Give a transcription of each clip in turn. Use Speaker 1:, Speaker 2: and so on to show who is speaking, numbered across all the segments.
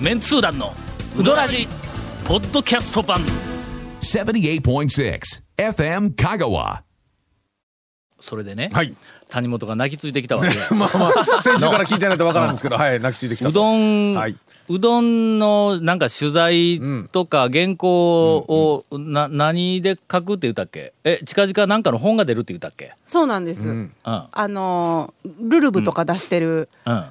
Speaker 1: メンツー団のウドラジポッドキャスト版
Speaker 2: 78.6 FM Kagawa.
Speaker 1: それでね、
Speaker 3: はい
Speaker 1: 谷本が泣きついてきたわけ
Speaker 3: まあまあ、先週から聞いてないとわからんです けど、はい、泣きついてきた。
Speaker 1: うどん、
Speaker 3: はいう
Speaker 1: どんのなんか取材とか原稿をな何で書くって言ったっけえ近々なんかの本が出るって言ったっけ
Speaker 4: そうなんです、
Speaker 1: うん
Speaker 4: あのールルブとか出してる、
Speaker 1: うん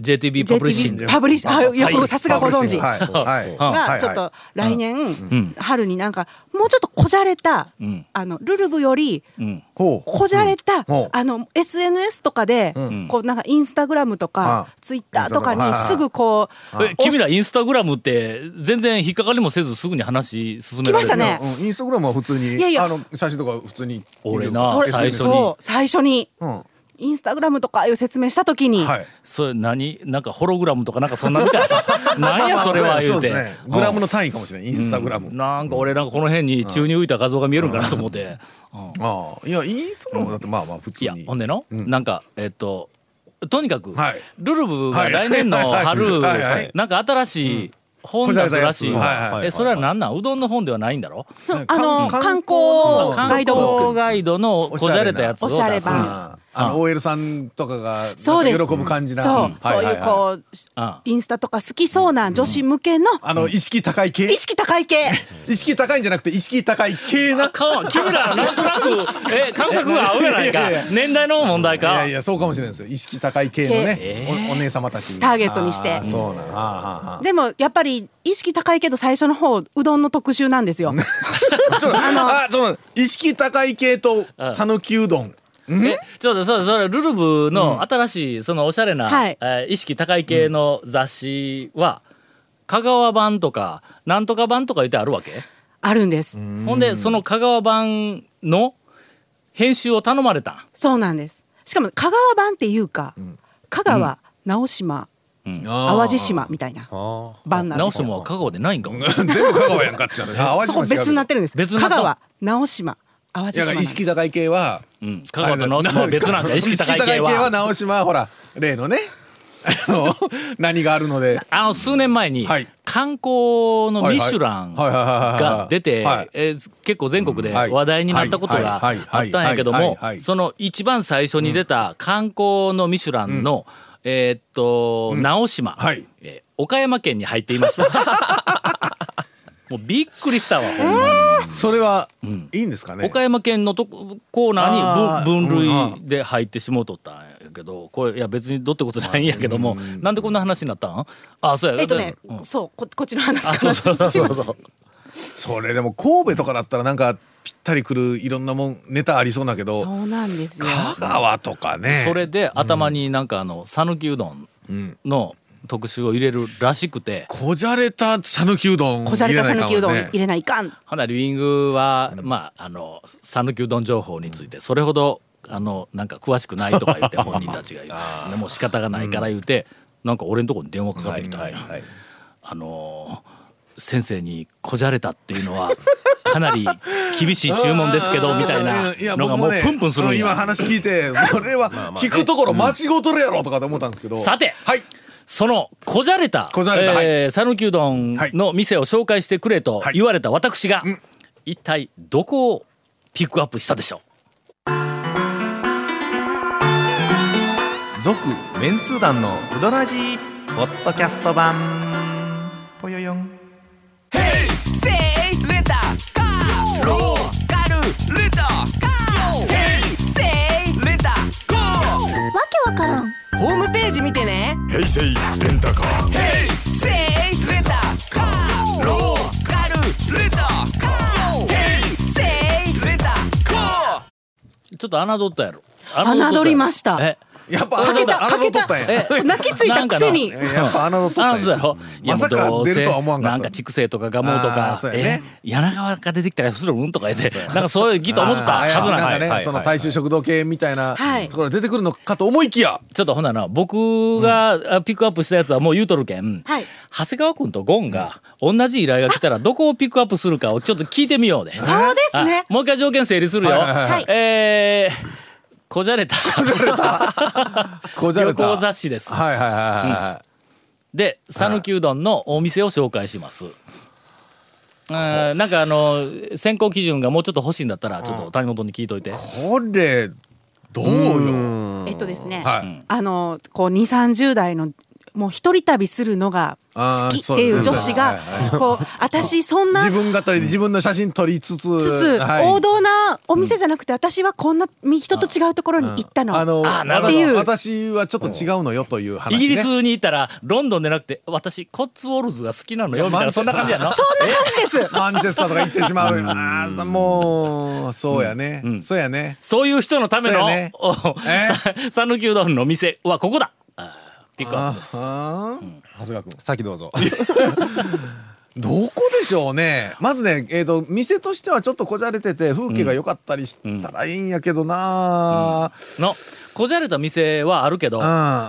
Speaker 1: JTB パブリッシング
Speaker 4: JTB パブリッシ
Speaker 3: パ
Speaker 4: ングあよくさすがご存知、
Speaker 3: はい。はい。は
Speaker 4: が
Speaker 3: い
Speaker 4: ちょっと来年、
Speaker 1: ん
Speaker 4: 春になんかもうちょっとこじゃれた、
Speaker 1: ん
Speaker 4: あのルルブより
Speaker 1: うん
Speaker 3: ほう。
Speaker 4: こじゃれた、
Speaker 3: うんうん
Speaker 4: あの SNS とかで、こうなんかインスタグラムとか、
Speaker 3: うん
Speaker 4: ツイッターとか
Speaker 3: イン
Speaker 4: に
Speaker 3: スタとか
Speaker 4: すぐこう
Speaker 1: え君らインスタグラムって全然引っかかりもせずすぐに話進められる
Speaker 4: 来ましたね
Speaker 3: うん、インスタグラムは普通に、
Speaker 4: いやいや
Speaker 3: あの、写真とか普通に。
Speaker 1: 俺な
Speaker 4: それ
Speaker 1: 最初に
Speaker 4: そう最初に、
Speaker 3: うん。
Speaker 4: インスタグラムとかいう説明した時に、
Speaker 3: はい。
Speaker 1: それ何なんかホログラムとかなんかそんなみたい ななんやそれは言
Speaker 3: そううで
Speaker 1: て
Speaker 3: すね。グラムの単位かもしれない。インスタグラム。
Speaker 1: なんか俺なんかこの辺に宙に浮いた画像が見えるんかなと思って、
Speaker 3: ああ。いや、インスタグラムだってまあまあ普通
Speaker 1: い
Speaker 3: に。
Speaker 1: やほんでの、なんかえっととにかく、
Speaker 3: はい
Speaker 1: ルルブが
Speaker 3: はい
Speaker 1: 来年の春、
Speaker 3: はいはい
Speaker 1: なんか新しい本出すらしい、
Speaker 3: こじゃれたやつはいはい
Speaker 1: えそれは何なんうどんの本ではないんだろ
Speaker 4: あの
Speaker 3: 観
Speaker 4: 観
Speaker 3: お
Speaker 4: 光
Speaker 1: 観
Speaker 4: ガ
Speaker 1: 光
Speaker 4: イドブック
Speaker 1: ガイドのこじゃれたやつを出す
Speaker 4: おしゃれなおしゃれ版
Speaker 3: ああの、OL さんとかが、
Speaker 4: そうです
Speaker 3: 喜ぶ感じな。
Speaker 4: そう、
Speaker 3: はいはいはい
Speaker 4: そういうこう、
Speaker 1: あ
Speaker 4: インスタとか好きそうな女子向けの
Speaker 3: あの、意識高い系
Speaker 4: 意識高い 系。
Speaker 3: 意識高いんじゃなくて、意識高い系な。
Speaker 1: かわ君らなんとなくえ感覚が合うやないか
Speaker 3: いやいやいや
Speaker 1: 年代の問題
Speaker 3: い
Speaker 1: か
Speaker 3: やいや、そうかもしれないですよ。意識高い系のね
Speaker 1: え、
Speaker 3: おお姉様たち。
Speaker 4: ターゲットにして
Speaker 3: あーそうなん。あーあーあー
Speaker 4: でもやっぱり意識高いけど最初の方うどんの特集なんですよ。
Speaker 3: ちょっとあその意識高い系と
Speaker 1: ん
Speaker 3: 讃岐うどん。
Speaker 1: えちょっとそれそれルルブの新しいそのおしゃれな、
Speaker 4: はい
Speaker 1: えー意識高い系の雑誌は香川版とかなんとか版とか言ってあるわけ
Speaker 4: あるんです。
Speaker 1: ほんでその香川版の編集を頼まれたん
Speaker 4: そうなんです。しかも香川版っていうか、香川、直島、淡路島みたいな版なん
Speaker 1: 直
Speaker 4: ですす。
Speaker 1: もは香川でないんかも
Speaker 3: 全部香川やんかっちゃう。淡
Speaker 4: そこ別になってるんです。
Speaker 1: 別にな
Speaker 4: 香
Speaker 1: った
Speaker 4: 川、直島、淡
Speaker 3: だ
Speaker 4: 路島
Speaker 3: か
Speaker 4: な
Speaker 3: ら
Speaker 4: んで
Speaker 3: 意
Speaker 4: す。
Speaker 3: 識高い系は。
Speaker 1: うん香川と直島は別 なんか意識高い
Speaker 3: 意
Speaker 1: 系
Speaker 3: 識高
Speaker 1: は
Speaker 3: 直島ほら例のね、あの何があるので。
Speaker 1: あの数年前に
Speaker 3: はい
Speaker 1: 観光のミシュラン
Speaker 3: はいはいはいはいはいはいはい
Speaker 1: が出て
Speaker 3: はい
Speaker 1: えー結構全国で
Speaker 3: はい
Speaker 1: 話題になったことが
Speaker 3: はいはい
Speaker 1: あったんやけど
Speaker 3: はいは
Speaker 1: も
Speaker 3: いはいはい
Speaker 1: その一番最初に出た観光のミシュランのえーっと直島
Speaker 3: はい
Speaker 1: えー岡山県に入っていました もうびっくりしたわほんまに
Speaker 3: それはいいんですかね。
Speaker 1: 岡山県のとこコーナ
Speaker 3: あ
Speaker 1: ー
Speaker 3: ー
Speaker 1: にぶ分
Speaker 3: うん
Speaker 1: 類で入ってしもうとったんやけどこれいや別にどうってことないんやけどもなんでこんな話になったんあそうや
Speaker 4: えっとね、
Speaker 1: うん
Speaker 4: そうここっちの話
Speaker 1: あ
Speaker 4: か
Speaker 1: そう
Speaker 4: ら。
Speaker 1: そうそうそうそう
Speaker 3: それでも神戸とかだったらなんかぴったりくるいろんなもんネタありそうだけ
Speaker 4: そ
Speaker 3: ど。
Speaker 4: うなんですよ。
Speaker 3: 香川とかね。
Speaker 1: それで頭になんかあの讃岐うどんの特集を入れるらしくて
Speaker 3: こじゃれた讃岐うどん
Speaker 4: こじゃ
Speaker 3: 入
Speaker 4: れ
Speaker 3: れ
Speaker 4: た
Speaker 3: ないかもね。
Speaker 4: 讃岐うどん入れないかん。
Speaker 1: ほなリビングはまああの讃岐うどん情報についてそれほどあのなんか詳しくないとか 言って本人たちが言うでも仕方がないから言うてなんか俺のとこに電話かかってきたんや
Speaker 3: はい
Speaker 1: あのー先生にこじゃれたっていうのはかなり厳しい注文です けどみたい
Speaker 3: あ
Speaker 1: な
Speaker 3: ーいや
Speaker 1: のが
Speaker 3: 僕
Speaker 1: もう
Speaker 3: ね
Speaker 1: プンプンするん
Speaker 3: 今
Speaker 1: や。
Speaker 3: 話聞いてそれは聞くところ間違うとるやろとかと思ったんですけど
Speaker 1: さて
Speaker 3: はい
Speaker 1: そのこじゃれた
Speaker 3: こじゃれた
Speaker 1: えー讃岐うどんの店を紹介してくれと
Speaker 3: はい
Speaker 1: 言われた私が、一体どこをピックアップしたでしょ
Speaker 5: 続メンツー団のウドラジーポッドキャスト版ぽよよん
Speaker 1: うちょっと侮ったやろ
Speaker 4: 侮りました
Speaker 1: え
Speaker 3: やっぱ
Speaker 4: かけた
Speaker 3: あ
Speaker 4: か
Speaker 3: の
Speaker 4: け
Speaker 3: と
Speaker 4: た
Speaker 3: ったんや
Speaker 1: え
Speaker 4: 泣きついたくせに。
Speaker 3: やっぱあのとった
Speaker 1: あ
Speaker 3: ん
Speaker 1: そうや
Speaker 3: や
Speaker 1: ろいや
Speaker 3: まさか
Speaker 1: もうどうせ
Speaker 3: 出るとは思わんかっ
Speaker 1: な
Speaker 3: た
Speaker 1: んか畜生とかガモと
Speaker 3: あ
Speaker 1: か
Speaker 3: ー、そうや
Speaker 1: え
Speaker 3: ね
Speaker 1: 柳川が出てきたらするんとか言ってなんかそういうギと思ってた
Speaker 3: あー
Speaker 1: はずなん
Speaker 3: な
Speaker 1: や
Speaker 3: んかねその大衆食堂系みたいな
Speaker 4: はい
Speaker 3: ところ出てくるのかと思いきや
Speaker 1: ちょっとほんならな僕があピックアップしたやつはもう言うとるけん、
Speaker 4: はい
Speaker 1: 長谷川君とゴンが同じ依頼が来たらどこをピックアップするかをちょっと聞いてみようで。
Speaker 4: そうですね
Speaker 1: あ。もう一回条件整理するよ。
Speaker 3: はいはいはい
Speaker 4: はい
Speaker 1: えー、こじゃれた
Speaker 3: こじゃ
Speaker 1: 旅
Speaker 3: れた
Speaker 1: 行雑誌です。
Speaker 3: はいはいはいはい
Speaker 1: で讃岐うどんのお店を紹介します。あーなんかあの選考基準がもうちょっと欲しいんだったらちょっと谷本に聞いといて、
Speaker 3: これどうよ
Speaker 4: えっとですね、
Speaker 3: はい
Speaker 4: あのこう2 3 0代のもう一人旅するのが好きっていう女子が
Speaker 3: あー
Speaker 4: こう私そんな
Speaker 3: 自分語りで自分の写真撮りつつ
Speaker 4: つつ
Speaker 3: はい
Speaker 4: 王道なお店じゃなくて私はこんな人と違うところに行ったの
Speaker 3: あの
Speaker 1: あなる
Speaker 4: ほど
Speaker 3: 私はちょっと違うのよという話、ね、
Speaker 1: イギリスにいたらロンドンでなくて私コッツウォルズが好きなのよみたいなそんな感じやな。
Speaker 4: そんな感じです
Speaker 3: マンチェスターとか行ってしまうああもうそうやね、
Speaker 1: うん
Speaker 3: そうやね
Speaker 1: そういう人のため
Speaker 3: そ
Speaker 1: の
Speaker 3: うやね
Speaker 1: お
Speaker 3: え
Speaker 1: さ讃岐うどんの店はここだあーピックアップです。
Speaker 3: あー長谷川君
Speaker 6: さっきどうぞ。
Speaker 3: どこでしょうねまずね、えー、と店としてはちょっとこじゃれてて風景が良かったりしたらいいんやけどな、
Speaker 1: のこじゃれた店はあるけど
Speaker 3: うん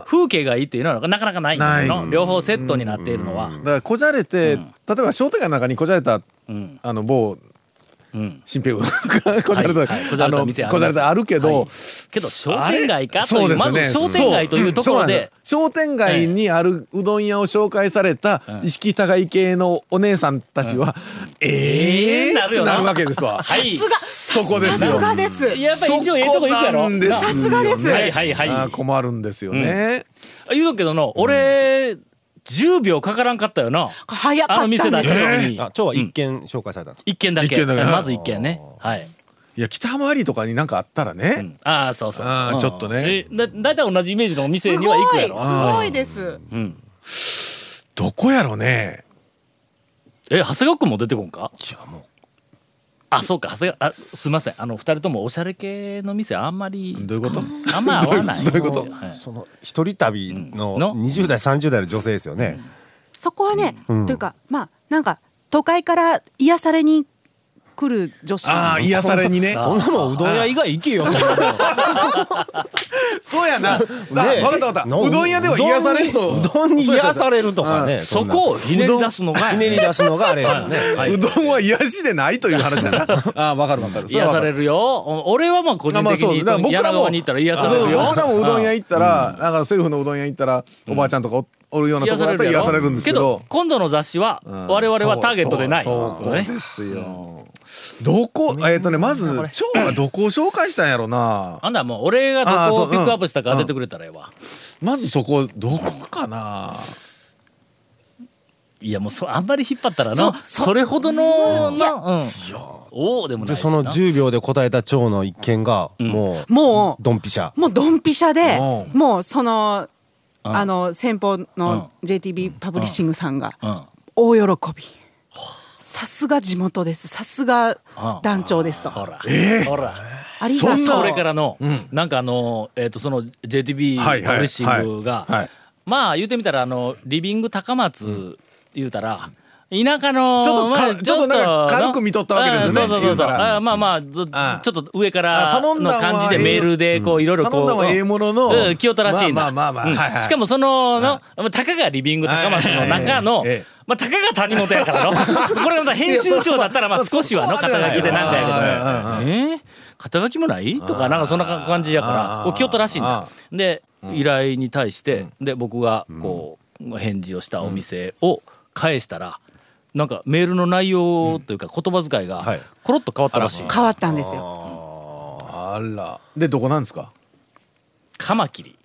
Speaker 1: 風景がいいっていうのはなかなかないんだよ
Speaker 3: な
Speaker 1: の両方セットになっているのは。
Speaker 3: だからこじゃれて、例えば商店街の中にこじゃれた
Speaker 1: うん
Speaker 3: あの某
Speaker 1: うん
Speaker 3: 新平うどんとか こじゃれた、
Speaker 1: はいはいこじゃれた店あります
Speaker 3: こじゃれたあるけど、
Speaker 1: はいけど商店街かという
Speaker 3: そ
Speaker 1: ま
Speaker 3: うで
Speaker 1: ず
Speaker 3: すね
Speaker 1: 商店街というところで
Speaker 3: そう商店街にあるうどん屋を紹介された
Speaker 1: ん
Speaker 3: 意識高い系のお姉さんたちは、ええー、
Speaker 1: なるよな
Speaker 3: なるわけですわ。
Speaker 1: はい
Speaker 4: さ
Speaker 3: そこです
Speaker 4: すが
Speaker 3: よ。
Speaker 4: さすがです
Speaker 1: やっぱり一応ええとこ行くやろ。
Speaker 3: なんですよ
Speaker 1: な
Speaker 3: ね
Speaker 4: さすがです
Speaker 1: はいはいはい
Speaker 3: あー困るんですよね。
Speaker 1: 言うとくけどの俺10秒かからんかったよな。
Speaker 4: 早か
Speaker 1: あ
Speaker 4: っ
Speaker 1: の
Speaker 4: たんで
Speaker 1: 店出
Speaker 4: す
Speaker 1: すのに
Speaker 6: あ、今日は一件紹介されたんですか。
Speaker 1: 一軒だ
Speaker 3: 一
Speaker 1: け
Speaker 3: 軒だけ
Speaker 1: まず一軒ねはい、
Speaker 3: いや北浜アリーとかになんかあったらね、
Speaker 1: うんああそうそうそう
Speaker 3: あー
Speaker 1: うん
Speaker 3: ちょっとね
Speaker 1: えだだいたい同じイメージのお店
Speaker 4: す
Speaker 1: には行
Speaker 4: ご
Speaker 1: く
Speaker 4: い
Speaker 1: や
Speaker 4: す
Speaker 1: ろ
Speaker 4: ごいです
Speaker 1: うん、
Speaker 3: どこやろね。
Speaker 1: え長谷川君も出てこんか
Speaker 6: じゃあも
Speaker 1: あそうか長谷川あすいませんあの二人ともおしゃれ系の店あんま り
Speaker 3: どういうこと？
Speaker 1: あんま合わないんですよ
Speaker 6: う。
Speaker 1: はい
Speaker 6: その一人旅
Speaker 1: うんの
Speaker 6: の20代30代の女性ですよね。
Speaker 4: そこはね、
Speaker 6: うん
Speaker 4: というかまあなんか都会から癒されに来る女子
Speaker 3: ああ癒されにね。
Speaker 6: そんなもんうどん屋以外行けよ。そんなもん
Speaker 3: そうやな。わ、
Speaker 6: ねえ
Speaker 3: かったわかった。
Speaker 6: の
Speaker 3: うどん屋では癒されると。
Speaker 6: うどんにうどんに癒されるとか ね。
Speaker 1: そ
Speaker 6: んな
Speaker 1: こをひねり出すのが
Speaker 6: ひねり出すのがあれですよね。
Speaker 3: うどんは癒しでないという話だな。 ああわかるわかる。そは
Speaker 1: 癒
Speaker 3: わか
Speaker 1: され
Speaker 3: る
Speaker 1: るよお俺はまあ個人
Speaker 3: あまあ
Speaker 1: 的
Speaker 3: そう
Speaker 1: に
Speaker 3: だから僕ら
Speaker 1: 柳
Speaker 3: も
Speaker 1: 川に行ったら癒されるよ
Speaker 3: そう僕らもうどん屋
Speaker 1: うん
Speaker 3: 行ったら、なんかセルフのうどん屋行ったら、おばあちゃんとかおおるようなと
Speaker 1: 癒
Speaker 3: こ
Speaker 1: さ
Speaker 3: だ
Speaker 1: れ
Speaker 3: った
Speaker 1: る
Speaker 3: ら
Speaker 1: やろ
Speaker 3: 癒されるんですけど、
Speaker 1: 今度の雑誌は
Speaker 3: うん
Speaker 1: 我々はターゲットでない
Speaker 3: そうそう
Speaker 1: ね
Speaker 3: そうですよ、どこえっ、とねまず蝶がどこを紹介したんやろな
Speaker 1: あんだもう俺が
Speaker 3: あ
Speaker 1: ど
Speaker 3: ー
Speaker 1: こ
Speaker 3: そう
Speaker 1: をピックアップしたか当ててくれたらええわ、
Speaker 3: まずそこどこかない
Speaker 1: やもうそあんまり引っ張ったら
Speaker 4: そう
Speaker 1: のそれほどのなうんおおでもな
Speaker 6: で
Speaker 1: いし
Speaker 6: そ
Speaker 1: な
Speaker 6: の10秒で答えた蝶の一件がもう
Speaker 4: もう
Speaker 6: ドンピシャ。
Speaker 4: もうドンピシャで
Speaker 3: う
Speaker 4: もうその
Speaker 1: ん
Speaker 4: あの先方の JTB パブリッシングさんが
Speaker 1: うん
Speaker 4: 大喜びさすが地元ですさすが団長ですと
Speaker 1: ほら、
Speaker 3: ええ
Speaker 1: ほら
Speaker 4: ありがとう
Speaker 1: それからの、なんかあのえっ、とその JTB パ
Speaker 3: はいはい
Speaker 1: ブリッシングが、
Speaker 3: はいはい
Speaker 1: まあ言うてみたらあのリビング高松言うたら田舎の
Speaker 3: ちょっとか
Speaker 1: まあ
Speaker 3: ちょっとなんか軽く見とったわけですよね
Speaker 1: あーそうそうそう
Speaker 3: 言うたら
Speaker 1: あーまあまあず
Speaker 3: あー
Speaker 1: ちょっと上から
Speaker 3: あ頼ん
Speaker 1: の
Speaker 3: だんは
Speaker 1: 感じでメールでこういろいろこう
Speaker 3: 頼んだんはええものの
Speaker 1: うん清田らしいな
Speaker 3: まあまあまあまあ
Speaker 1: うん
Speaker 3: はいはい
Speaker 1: しかもそののまあたかがリビング高松の中の
Speaker 3: はいはいはいええ
Speaker 1: まあたかが谷本やからの これがまた編集長だったらまあ少しはの
Speaker 3: いやそ
Speaker 1: 肩
Speaker 3: こまでは
Speaker 1: 書きでなんだやけど
Speaker 3: はいはいはい
Speaker 1: えー、肩書きもないとかなんかそんな感じやからこう京都らしいんだで依頼に対して、で僕がこう返事をしたお店を返したら、なんかメールの内容というか言葉遣いが
Speaker 6: はい
Speaker 1: コロッと変わったらしい、
Speaker 4: 変わったんですよ
Speaker 3: あらでどこなんですか
Speaker 1: カマキリ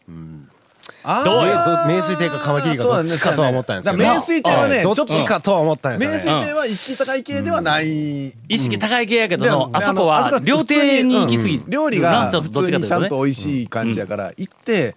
Speaker 3: あー
Speaker 1: どう
Speaker 6: えど名水亭かカマキリかどっちかとは思ったんですけど。
Speaker 3: じゃあ名水亭はね
Speaker 6: い
Speaker 3: ちょ
Speaker 6: ど
Speaker 3: っと
Speaker 6: っちかとは思ったんですよ
Speaker 3: 名
Speaker 6: ね。
Speaker 3: 水亭は意識高い系ではない、
Speaker 1: 意識高い系やけど
Speaker 3: で
Speaker 1: の、
Speaker 3: も
Speaker 1: あそこ
Speaker 3: あのあ
Speaker 1: は
Speaker 3: そこは
Speaker 1: 料亭に行き過ぎ、
Speaker 3: うん料理
Speaker 1: な
Speaker 3: が
Speaker 1: んちょっ
Speaker 3: 普
Speaker 1: とどっちか
Speaker 3: 通に
Speaker 1: という
Speaker 3: ちゃ
Speaker 1: と
Speaker 3: ん
Speaker 1: ね
Speaker 3: と美味しい感じやから行って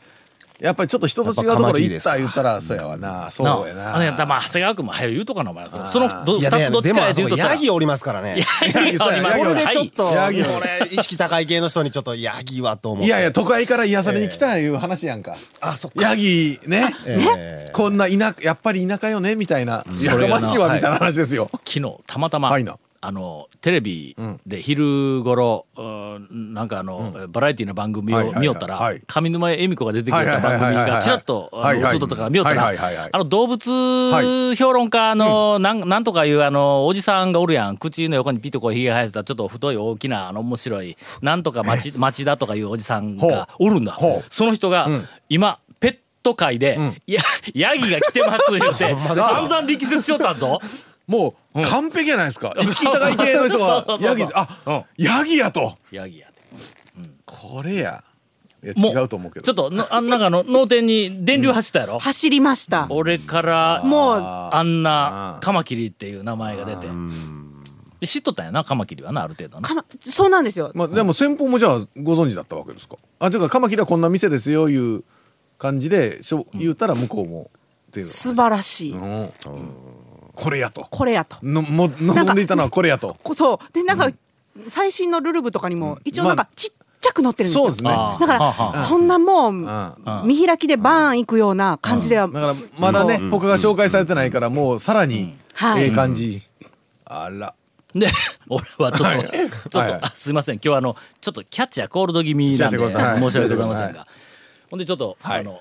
Speaker 3: やっぱりちょっと人と違うところ行った言ったらそうやわなそうや
Speaker 1: なあのやったら
Speaker 3: な
Speaker 1: まあ長谷川君も早う言うとかなお前そのど
Speaker 6: いや
Speaker 1: 二つどっちかや
Speaker 6: で
Speaker 1: 言
Speaker 6: も
Speaker 1: うとったら
Speaker 6: ヤギおりますからね。
Speaker 1: ヤギ
Speaker 3: そうや
Speaker 1: い
Speaker 6: そ
Speaker 1: ます
Speaker 6: れで
Speaker 1: はい
Speaker 6: ちょっと、こ
Speaker 3: ヤギ
Speaker 6: れ意識高い系の人にちょっとヤギはと思って。
Speaker 3: いやいや都会から癒されに来たいう話やんか、
Speaker 6: あそっか。
Speaker 3: ヤギね
Speaker 6: ええ
Speaker 3: こんな田舎やっぱり田舎よねみたいなや
Speaker 1: それが
Speaker 3: か
Speaker 1: な
Speaker 3: ましいわみたいな話ですよ、
Speaker 1: 昨日たまたま、
Speaker 3: はいな
Speaker 1: あのテレビで昼頃、うんなんかあの、バラエティの番組を
Speaker 3: はいはいはい
Speaker 1: 見よったら、
Speaker 3: はい
Speaker 1: 上沼恵美子が出てくれた
Speaker 3: はいはい
Speaker 1: 番
Speaker 3: はい
Speaker 1: 組
Speaker 3: はいはい
Speaker 1: がちらっとあ
Speaker 3: は
Speaker 1: の
Speaker 3: い
Speaker 1: 映
Speaker 3: はい
Speaker 1: っとったから見よったら、
Speaker 3: はいはいはいはい
Speaker 1: あの動物評論家の、なんなんとかいうあのおじさんがおるやん口の横にピッとこうひげ生やしたちょっと太い大きなあの面白いなんとか町町だとかいうおじさんがおるんだ
Speaker 3: ほう
Speaker 1: その人が、今ペットト会で、いや、 ヤギが来てます言 って、散々力説しよったぞ。
Speaker 3: もう完璧じゃないですか意識高い系の 人
Speaker 1: そうそうそう
Speaker 3: が
Speaker 1: そ
Speaker 3: ヤ
Speaker 1: う
Speaker 3: ギあヤギやと
Speaker 1: ヤギやで。
Speaker 3: これやいや
Speaker 1: も
Speaker 3: 違うと思うけ
Speaker 1: ちょ
Speaker 3: ど
Speaker 1: っとの、あん中の脳天に電流走ったやろ、
Speaker 4: 走りました。
Speaker 1: 俺から、
Speaker 4: もう
Speaker 1: あんな、カマキリっていう名前が出て。で知っとったんやな、カマキリはな、ある程度な。
Speaker 4: かま、そうなんですよ。
Speaker 3: まあでも先方もじゃあご存知だったわけですかあていうかカマキリはこんな店ですよいう感じでしょ言うたら向こうもっていうの
Speaker 4: 素晴らしい。
Speaker 3: これやと
Speaker 4: これやと。
Speaker 3: のも望んでいたのはこれやと
Speaker 4: こそう。で、なんか、最新のルルブとかにも、一応なん
Speaker 3: ま
Speaker 4: か、ちっちゃく載ってるんですよ。
Speaker 3: そうですね
Speaker 1: あー
Speaker 4: だか
Speaker 1: はあはあ
Speaker 4: ら、そんなもう、
Speaker 1: ん
Speaker 4: 見開きでバーン行くような感じでは
Speaker 3: だ、からまだね他が紹介されてないからもうさらに
Speaker 4: はい
Speaker 3: ええ感じあら
Speaker 1: で、 俺はちょっと、ちょっ
Speaker 3: はい
Speaker 1: と、あすいません、今日はあの、ちょっとキャッチャーコールド気味なんで、
Speaker 3: キャッチャーコールドは
Speaker 1: 申
Speaker 3: い
Speaker 1: し訳ございません
Speaker 3: は
Speaker 1: が。ほんで、ちょっと、
Speaker 3: はい
Speaker 1: あの、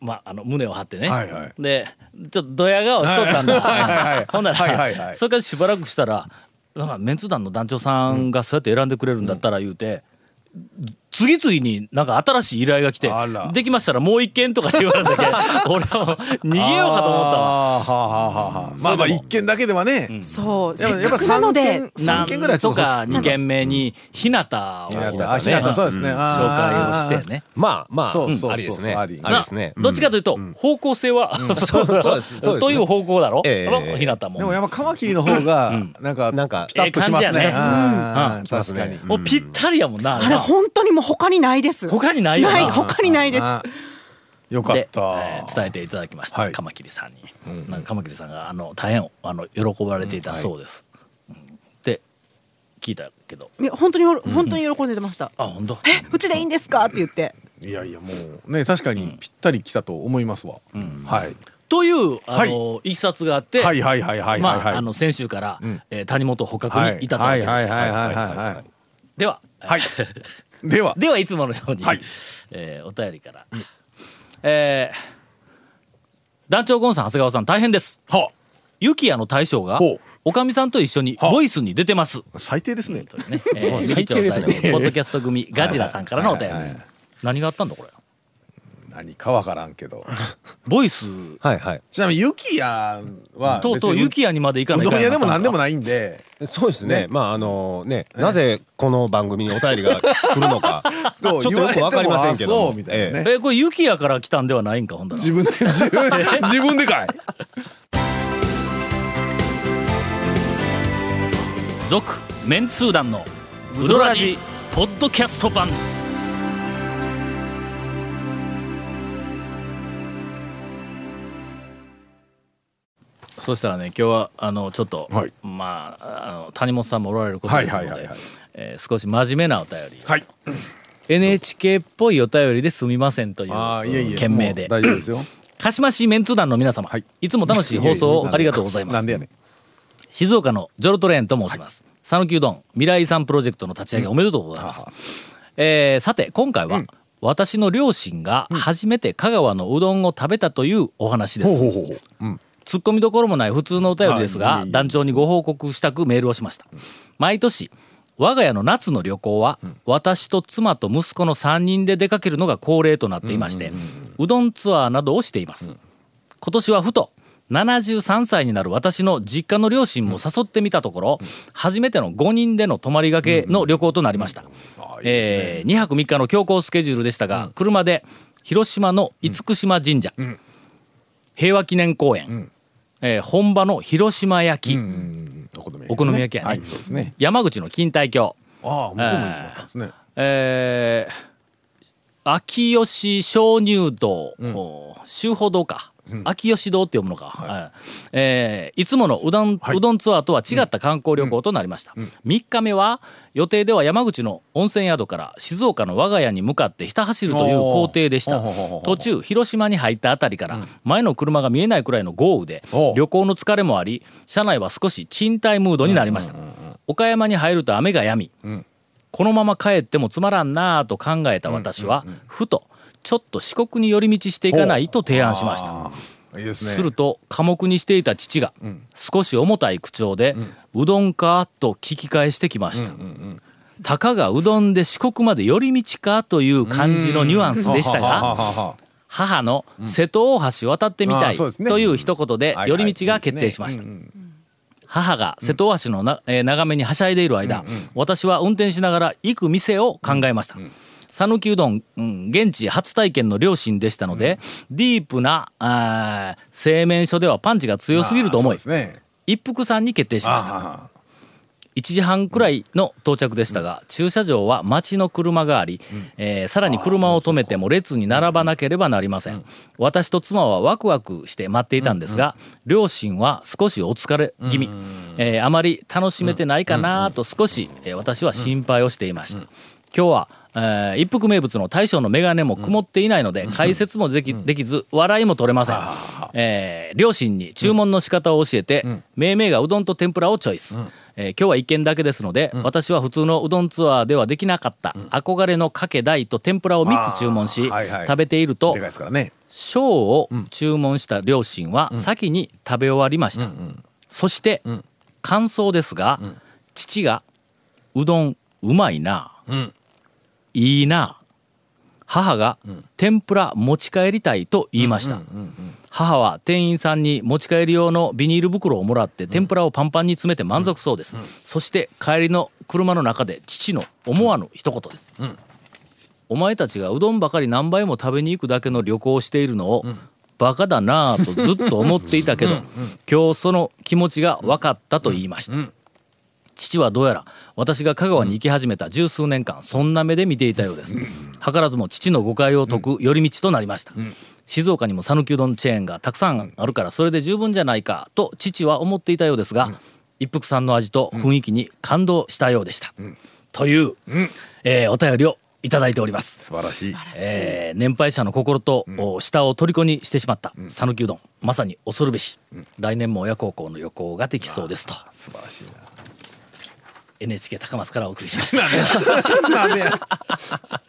Speaker 1: まあ、あの、胸を張ってね。
Speaker 3: はいはい
Speaker 1: で、ちょっとドヤ顔しとったんだ。
Speaker 3: はいはい
Speaker 1: ほんなら、
Speaker 3: はいはいはい
Speaker 1: それからしばらくしたら、なんかメンツ団の団長さんがそうやって選んでくれるんだったら言うて、次々になんか新しい依頼が来て
Speaker 3: あら、
Speaker 1: できましたらもう一件とかって言われて、 俺はもう逃げようかと思ったわ。
Speaker 3: あーはあはあはあはあまあまあ一件だけではね
Speaker 4: そう、
Speaker 3: でも
Speaker 4: せっ
Speaker 3: やっぱ
Speaker 4: かくなので、
Speaker 3: 3件ぐらいはち
Speaker 1: と
Speaker 3: ょっと欲し
Speaker 1: か2軒目に日向を
Speaker 3: い
Speaker 1: 紹
Speaker 3: あ日向そうですねあー
Speaker 1: 介をしてね。
Speaker 6: まあまあ、
Speaker 3: そう
Speaker 6: うん
Speaker 3: そうそう
Speaker 6: ありですね。
Speaker 3: あり
Speaker 6: ありですね。
Speaker 1: どっちかというと、方向性は、 そう
Speaker 6: そうですそうです
Speaker 1: という方向だろ、
Speaker 6: ええ
Speaker 1: あの日向も。
Speaker 3: でもやっぱカマキリの方がなんか
Speaker 6: なんか
Speaker 3: ピタッときます
Speaker 1: え
Speaker 3: ね
Speaker 1: え感
Speaker 3: うん
Speaker 6: じやね
Speaker 3: 確かに
Speaker 6: うん
Speaker 1: もうぴったりやもんな。
Speaker 4: あれ本当にもう他にないです。
Speaker 1: 他にないよな
Speaker 4: ない、他にないです。
Speaker 3: あーよかっ
Speaker 1: で、え
Speaker 3: た
Speaker 1: ー伝えていただきました、
Speaker 3: はい
Speaker 1: カマキリさんに、なんかカマキリさんがあの大変あの喜ばれていたそうです、うんで聞いたけど
Speaker 4: ね本当に本当に喜んでました。
Speaker 1: あ本当
Speaker 4: え、うちでいいんですかって言って。
Speaker 3: いやいやもうね確かにぴったりきたと思いますわはい
Speaker 1: というあの、い、きさつがあって、
Speaker 3: はいはいはいはい
Speaker 1: ま
Speaker 3: はいはい
Speaker 1: ああの先週から、えー谷本捕獲
Speaker 3: はい
Speaker 1: に至ったわけです、
Speaker 3: はいはいはいはいはいはい
Speaker 1: では、
Speaker 3: はいでは
Speaker 1: ではいつものように、
Speaker 3: はい
Speaker 1: えーお便りから、えー団長ゴンさん長谷川さん大変です
Speaker 3: は
Speaker 1: ユキヤの大将が
Speaker 3: ほう
Speaker 1: おかみさんと一緒にボイスに出て ます
Speaker 3: あ最低ですね
Speaker 1: というね、えー、
Speaker 6: 最低ですね
Speaker 1: 右京大のポッドキャスト組ガジラさんからのお便りです。何があったんだこれ。
Speaker 3: 何かわからんけど
Speaker 1: ボイス
Speaker 6: はいはい。
Speaker 3: ちなみにユキヤは
Speaker 1: とうとう
Speaker 3: 別に
Speaker 1: ユキヤにまで行か
Speaker 3: う
Speaker 1: ない
Speaker 3: どん屋でも何でも
Speaker 1: い。
Speaker 3: ないんで
Speaker 6: そうですね。まああのね、なぜこの番組にお便りが来る のか、ちょっとよくわかりませんけ
Speaker 3: 言われてもあそう
Speaker 6: ども。
Speaker 3: みたいなね
Speaker 6: ええ
Speaker 1: えこれユキヤから来たんではないんかほんだら。
Speaker 3: 自分で 自 分で自分でかい
Speaker 1: 続メンツー団のウドラジポッドキャスト版。そしたらね今日はあのちょっと、
Speaker 3: はい
Speaker 1: まああの谷本さんもおられることですので、
Speaker 3: はいはいはいはい
Speaker 1: えー少し真面目なお便りを
Speaker 3: はい
Speaker 1: NHK っぽいお便りですみませんとい
Speaker 3: ああいえいうえ
Speaker 1: 件名で
Speaker 3: もう大丈夫ですよ
Speaker 1: 鹿島市メンツ団の皆様、
Speaker 3: はい
Speaker 1: い、つも楽しい放送をありがとうございます
Speaker 3: なんでやねん
Speaker 1: 静岡のジョルトレーンと申します讃岐、うどん未来遺産プロジェクトの立ち上げおめでとうございます、えーさて今回は、私の両親が初めて香川のうどんを食べたというお話です、
Speaker 3: ほうほうほう
Speaker 1: ツッコミどころもない普通のお便りですが、
Speaker 3: はい
Speaker 1: 団長にご報告したくメールをしました、毎年我が家の夏の旅行は、私と妻と息子の3人で出かけるのが恒例となっていまして、うどんツアーなどをしています、今年はふと73歳になる私の実家の両親も誘ってみたところ、初めての5人での泊まりがけの旅行となりました、
Speaker 3: ああいいですね
Speaker 1: えー2泊3日の強行スケジュールでしたが、車で広島の厳島神社、平和記念公園、えー本場の広島焼き、
Speaker 3: お好み焼
Speaker 1: お好み焼きやね
Speaker 3: はいそうですね
Speaker 1: 山口の錦帯橋、
Speaker 3: ああ向こうもあったんですね
Speaker 1: えー秋吉鍾乳洞、お秋宝堂か、秋吉堂って読むのか、はいえーいつものうどん、うどんツアーとは違った観光旅行となりました、3日目は予定では山口の温泉宿から静岡の我が家に向かってひた走るという行程でした
Speaker 3: おーほうほうほうほ
Speaker 1: 途
Speaker 3: う
Speaker 1: 中広島に入ったあたりから前の車が見えないくらいの豪雨で
Speaker 3: おう
Speaker 1: 旅行の疲れもあり車内は少し賃貸ムードになりました、岡山に入ると雨が止み、このまま帰ってもつまらんなぁと考えた私は、ふとちょっと四国に寄り道していかないと提案しました。
Speaker 3: ああいいですね
Speaker 1: すると寡黙にしていた父が少し重たい口調で「うどんか?」と聞き返してきました。たかがうどんで四国まで寄り道かという感じのニュアンスでした
Speaker 3: はあはあ
Speaker 1: が
Speaker 3: はあはあ
Speaker 1: 母の瀬戸大橋渡ってみ
Speaker 3: あ
Speaker 1: た
Speaker 3: あ
Speaker 1: い
Speaker 3: そうですね
Speaker 1: という一言で
Speaker 3: はい
Speaker 1: 寄り道が決定しました
Speaker 3: いいですね
Speaker 1: 母が瀬戸大橋のな、えー眺めにはしゃいでいる間、私は運転しながら行く店を考えました。讃岐うどん、うん現地初体験の両親でしたので、ディープなあー製麺所ではパンチが強すぎると思い、
Speaker 3: ああそうですね
Speaker 1: 一服さんに決定しました
Speaker 3: あ
Speaker 1: 1時半くらいの到着でしたが、駐車場は町の車があり、えーさらに車を止めても列に並ばなければなりません、私と妻はワクワクして待っていたんですが、両親は少しお疲れ気味、えーあまり楽しめてないかなと少し、えー私は心配をしていました、今日は、えー一服名物の大将の眼鏡も曇っていないので、解説もでき,、できず笑いも取れません、えー両親に注文の仕方を教えて、めいめいがうどんと天ぷらをチョイス、えー今日は一軒だけですので、私は普通のうどんツアーではできなかった、憧れのかけ大と天ぷらを3つ注文し、
Speaker 3: あーはいはい
Speaker 1: 食べている
Speaker 3: あ
Speaker 1: と
Speaker 3: でかいですからね
Speaker 1: 小を注文した両親は先に食べ終わりました、そして、感想ですが、父が「うどんうまいな」いいな」母が「天ぷら持ち帰りたい」と言いました、母は店員さんに持ち帰り用のビニール袋をもらって天ぷらをパンパンに詰めて満足そうです、そして帰りの車の中で父の思わぬ一言です、お前たちがうどんばかり何倍も食べに行くだけの旅行をしているのを、バカだなぁとずっと思っていたけど今日その気持ちが分かったと言いました、父はどうやら私が香川に行き始めた十数年間そんな目で見ていたようです図らずも父の誤解を解く寄り道となりました、静岡にも讃岐うどんチェーンがたくさんあるからそれで十分じゃないかと父は思っていたようですが、一服さんの味と雰囲気に感動したようでした、という、えーお便りをいただいております
Speaker 3: 素晴らしい
Speaker 1: えー年配者の心と、お舌を虜にしてしまった讃岐うどんまさに恐るべし、来年も親孝行の旅行ができそうですと
Speaker 3: 素晴らしい
Speaker 1: NHK 高松からお送りしま した
Speaker 3: ななんで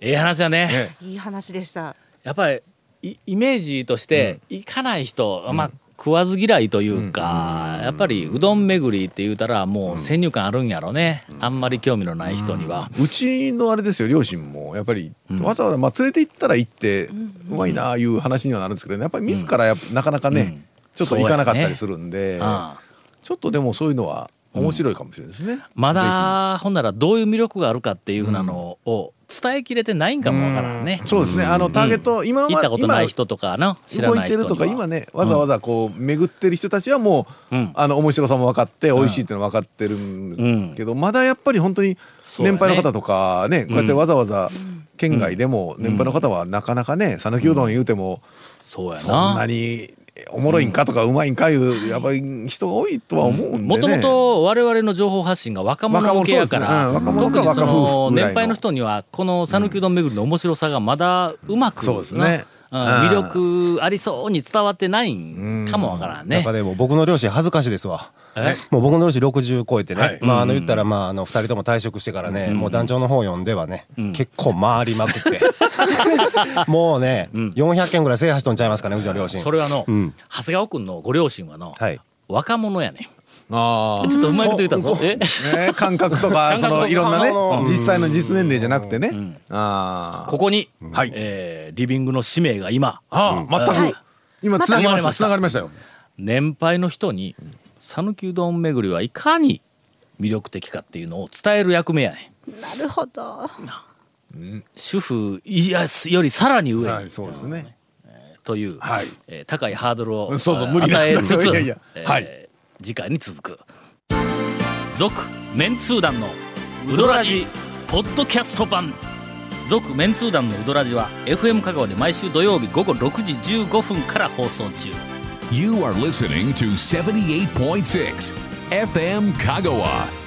Speaker 1: ええ話だね
Speaker 4: いい話でした。
Speaker 1: やっぱりイイメージとして行かない人、まあ食わず嫌いというか、やっぱりうどん巡りって言うたらもう先入観あるんやろね、あんまり興味のない人には、
Speaker 3: うちのあれですよ両親もやっぱりわざわざまあ連れて行ったら行ってうまいなあいう話にはなるんですけどねやっぱり自らやっぱなかなかねちょっと行かなかったりするんで
Speaker 1: ああ
Speaker 3: ちょっとでもそういうのは面白いかもしれないですね
Speaker 1: まだほんならどういう魅力があるかっていうふうなのを伝えきれてないんかもわからんね、
Speaker 3: そうですねあのターゲット今
Speaker 1: 行っ
Speaker 3: ま
Speaker 1: たこと
Speaker 3: 今
Speaker 1: ない人とかな知ら
Speaker 3: 動い
Speaker 1: ない
Speaker 3: て
Speaker 1: 人に
Speaker 3: る
Speaker 1: は
Speaker 3: とか今ねわざわざこう巡ってる人たちはもう、あの面白さも分かって美味しいっていうの分かってるんけど、まだやっぱり本当に
Speaker 1: そうだ
Speaker 3: 年
Speaker 1: ね
Speaker 3: 配の方とかねこうやってわざわざ県外でも年配の方はなかなかね讃岐うどん言うても
Speaker 1: そうや
Speaker 3: そんな
Speaker 1: な
Speaker 3: におもろいんかとかうまいんかいうやっぱり人が多いとは思うんでね。
Speaker 1: もともと我々の情報発信が若者向けやから、
Speaker 3: 若者そう
Speaker 1: 特
Speaker 3: ですねうん
Speaker 1: に
Speaker 3: 若者か
Speaker 1: その
Speaker 3: 若夫婦ぐらいの
Speaker 1: 年配の人にはこの讃岐うどん巡りの面白さがまだうまく
Speaker 3: そうですね
Speaker 1: なうん
Speaker 3: うん
Speaker 1: 魅力ありそうに伝わってないんかもわからんね
Speaker 6: 中。でも僕の両親恥ずかしいですわ
Speaker 1: え
Speaker 6: もう僕の両親60超えてね、
Speaker 3: はい
Speaker 6: まああの言ったらまああの2人とも退職してからね、もう団長の方読んではね、結構回りまくってもうね、400件ぐらい制覇しとんちゃいますかねうちの両親
Speaker 1: それはあの、
Speaker 6: うん
Speaker 1: 長谷川君のご両親はの、
Speaker 6: はい
Speaker 1: 若者やね
Speaker 3: あ
Speaker 1: ん。ちょっとうまいこと言うたぞ。え
Speaker 3: ね、感覚と か
Speaker 1: 感覚
Speaker 3: そのいろんなね
Speaker 6: 感覚
Speaker 3: 実際の実年齢じゃなくてね、あ
Speaker 1: ここに、
Speaker 3: はい
Speaker 1: えーリビングの使命が今
Speaker 3: あああ全く今つながりま
Speaker 1: また
Speaker 3: したつながりましたよ。
Speaker 1: 年配の人に讃岐うどん巡りはいかに魅力的かっていうのを伝える役目やねん。
Speaker 4: なるほど。
Speaker 1: 主婦いやよりさらに上
Speaker 3: はい
Speaker 1: に
Speaker 3: そうですね。
Speaker 1: という、
Speaker 3: はい
Speaker 1: えー高いハードルを
Speaker 3: そうそう
Speaker 1: あー
Speaker 3: 無理なん
Speaker 1: 与えつつ
Speaker 3: いやいや
Speaker 1: えー
Speaker 3: はい
Speaker 1: 次回に続く「続・メンツー団のウドラジポッドキャスト版」「続・メンツー団のウドラジは FM 香川で毎週土曜日午後6時15分から放送中
Speaker 2: You are listening to 78.6 FM Kagawa.